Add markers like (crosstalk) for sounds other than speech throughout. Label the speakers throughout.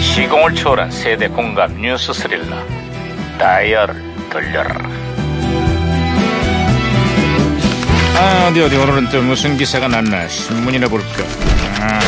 Speaker 1: 시공을 초월한 세대 공감 뉴스 스릴러 다이얼을 돌려라 아 어디 어디 오늘은 또 무슨 기사가 났나 신문이나 볼까 아,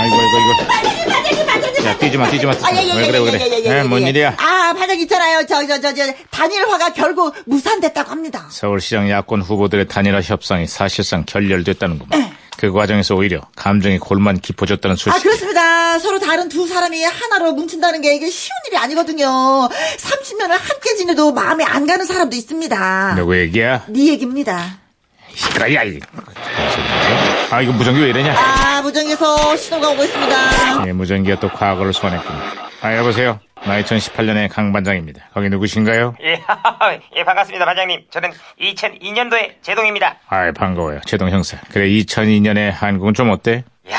Speaker 1: 아이고 아이고 이거 야 뛰지마 뛰지마
Speaker 2: 아, 예, 예,
Speaker 1: 왜
Speaker 2: 예,
Speaker 1: 그래 왜
Speaker 2: 예, 예, 예, 예,
Speaker 1: 그래 에,
Speaker 2: 예,
Speaker 1: 뭔
Speaker 2: 예.
Speaker 1: 일이야
Speaker 2: 아, 반장 있잖아요. 저, 저, 저, 저, 단일화가 결국 무산됐다고 합니다.
Speaker 1: 서울시장 야권 후보들의 단일화 협상이 사실상 결렬됐다는구만 그 과정에서 오히려 감정이 골만 깊어졌다는
Speaker 2: 예. 아,
Speaker 1: 소식
Speaker 2: 그렇습니다. 서로 다른 두 사람이 하나로 뭉친다는 게 이게 쉬운 일이 아니거든요. 30년을 함께 지내도 마음에 안 가는 사람도 있습니다.
Speaker 1: 누구 얘기야
Speaker 2: 네 얘기입니다.
Speaker 1: 시끄러야 이. 아 이거 무전기 왜 이러냐
Speaker 2: 아, 무정에서 신호가 오고 있습니다.
Speaker 1: 예, 무전기가 또 과거를 소환했군요. 아, 여보세요. 나 2018년의 강반장입니다. 거기 누구신가요?
Speaker 3: 예, (laughs) 예, 반갑습니다, 반장님. 저는 2002년도에 제동입니다.
Speaker 1: 아 반가워요. 최동 형사. 그래, 2002년에 한국은 좀 어때?
Speaker 3: 야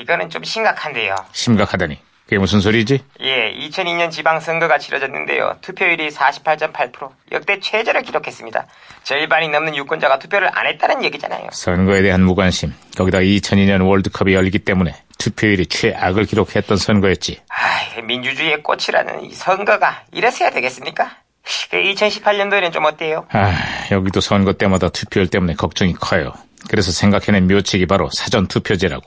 Speaker 3: 이거는 좀 심각한데요.
Speaker 1: 심각하다니. 그게 무슨 소리지?
Speaker 3: 예, 2002년 지방선거가 치러졌는데요. 투표율이 48.8%, 역대 최저를 기록했습니다. 절반이 넘는 유권자가 투표를 안 했다는 얘기잖아요.
Speaker 1: 선거에 대한 무관심. 거기다 2002년 월드컵이 열리기 때문에 투표율이 최악을 기록했던 선거였지.
Speaker 3: 아, 이게 민주주의의 꽃이라는 이 선거가 이래서야 되겠습니까? 그 2018년도에는 좀 어때요?
Speaker 1: 아, 여기도 선거 때마다 투표율 때문에 걱정이 커요. 그래서 생각해낸 묘책이 바로 사전 투표제라고.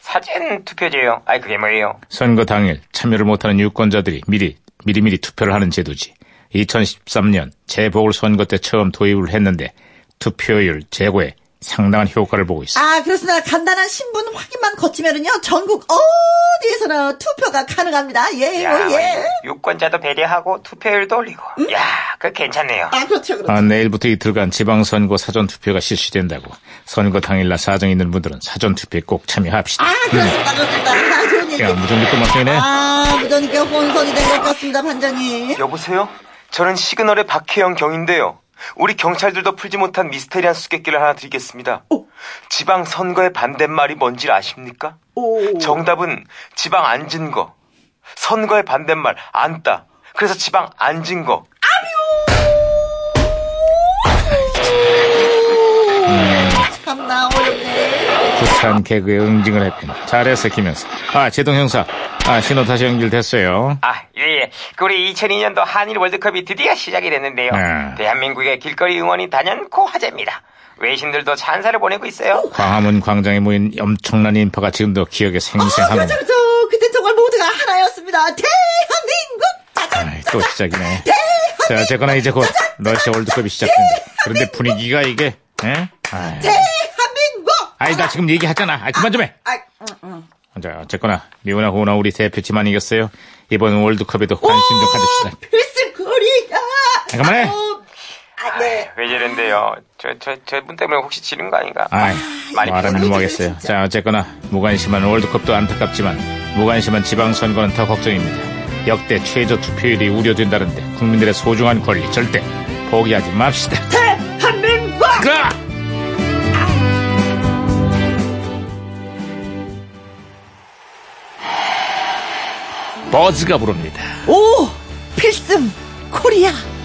Speaker 3: 사전 투표제요. 아이, 그게 뭐예요?
Speaker 1: 선거 당일 참여를 못하는 유권자들이 미리 미리미리 투표를 하는 제도지. 2013년 재보궐선거 때 처음 도입을 했는데 투표율 제고에 상당한 효과를 보고 있어.
Speaker 2: 아, 그렇습니다. 간단한 신분 확인만 거치면은요, 전국 어디에서나 투표가 가능합니다. 예,
Speaker 3: 야,
Speaker 2: 뭐, 예.
Speaker 3: 유권자도 배려하고 투표율도 올리고. 야, 그 괜찮네요.
Speaker 2: 아, 그렇죠, 그렇죠.
Speaker 1: 아, 내일부터 이틀간 지방선거 사전투표가 실시된다고. 선거 당일날 사정 있는 분들은 사전투표에 꼭 참여합시다.
Speaker 2: 아, 그렇습니다, 그렇습니다. 아, 좋은 얘기.
Speaker 1: 야, 무전기 또 막히네.
Speaker 2: 아, 무전기가 혼선이 된 것 같습니다, 반장님.
Speaker 3: 여보세요? 저는 시그널의 박혜영 경인데요. 우리 경찰들도 풀지 못한 미스테리한 수수께끼를 하나 드리겠습니다. 지방 선거의 반대말이 뭔지 아십니까?
Speaker 2: 오.
Speaker 3: 정답은 지방 앉은 거. 선거의 반대말 앉다. 그래서 지방 앉은 거.
Speaker 2: 참나 어렵네.
Speaker 1: 부찬 개그에 응징을 했군. 잘했어, 김현사. 아, 제동 형사. 아, 신호 다시 연결됐어요.
Speaker 3: 아, 예, 예. 그 우리 2002년도 한일 월드컵이 드디어 시작이 됐는데요.
Speaker 1: 네.
Speaker 3: 대한민국의 길거리 응원이 단연코 화제입니다. 외신들도 찬사를 보내고 있어요.
Speaker 1: 광화문 광장에 모인 엄청난 인파가 지금도 기억에
Speaker 2: 아,
Speaker 1: 생생하네.
Speaker 2: 그렇죠, 그렇죠. 그때 정말 모두가 하나였습니다. 대한민국! 짜잔!
Speaker 1: 아이, 또 시작이네.
Speaker 2: 대한민국!
Speaker 1: 자, 어쨌거나 이제 곧 러시아 월드컵이
Speaker 3: 예,
Speaker 1: 시작된다. 그런데 분위기가 이게, 예? 아이,
Speaker 2: 대한민국!
Speaker 1: 아이, 나 지금 얘기하잖아. 아, 그만 좀 해.
Speaker 2: 아, 음, 음.
Speaker 1: 자, 어쨌거나 미우나 호우나 우리 대표팀만 이겼어요. 이번 월드컵에도 관심 좀 가져주시다.
Speaker 2: 어, 필승거리야!
Speaker 1: 아, 그만해.
Speaker 2: 아우, 아, 네.
Speaker 3: 왜 저런데요? 저, 저, 저분 때문에 혹시 지는 거 아닌가?
Speaker 1: 아이,
Speaker 3: 많이
Speaker 1: 말하면 뭐하겠어요. 자, 어쨌거나 무관심한 월드컵도 안타깝지만 무관심한 지방선거는 더 걱정입니다. 역대 최저 투표율이 우려된다는데 국민들의 소중한 권리 절대 포기하지 맙시다.
Speaker 2: 대한민국!
Speaker 1: 가! 버즈가 부릅니다.
Speaker 2: 오! 필승! 코리아!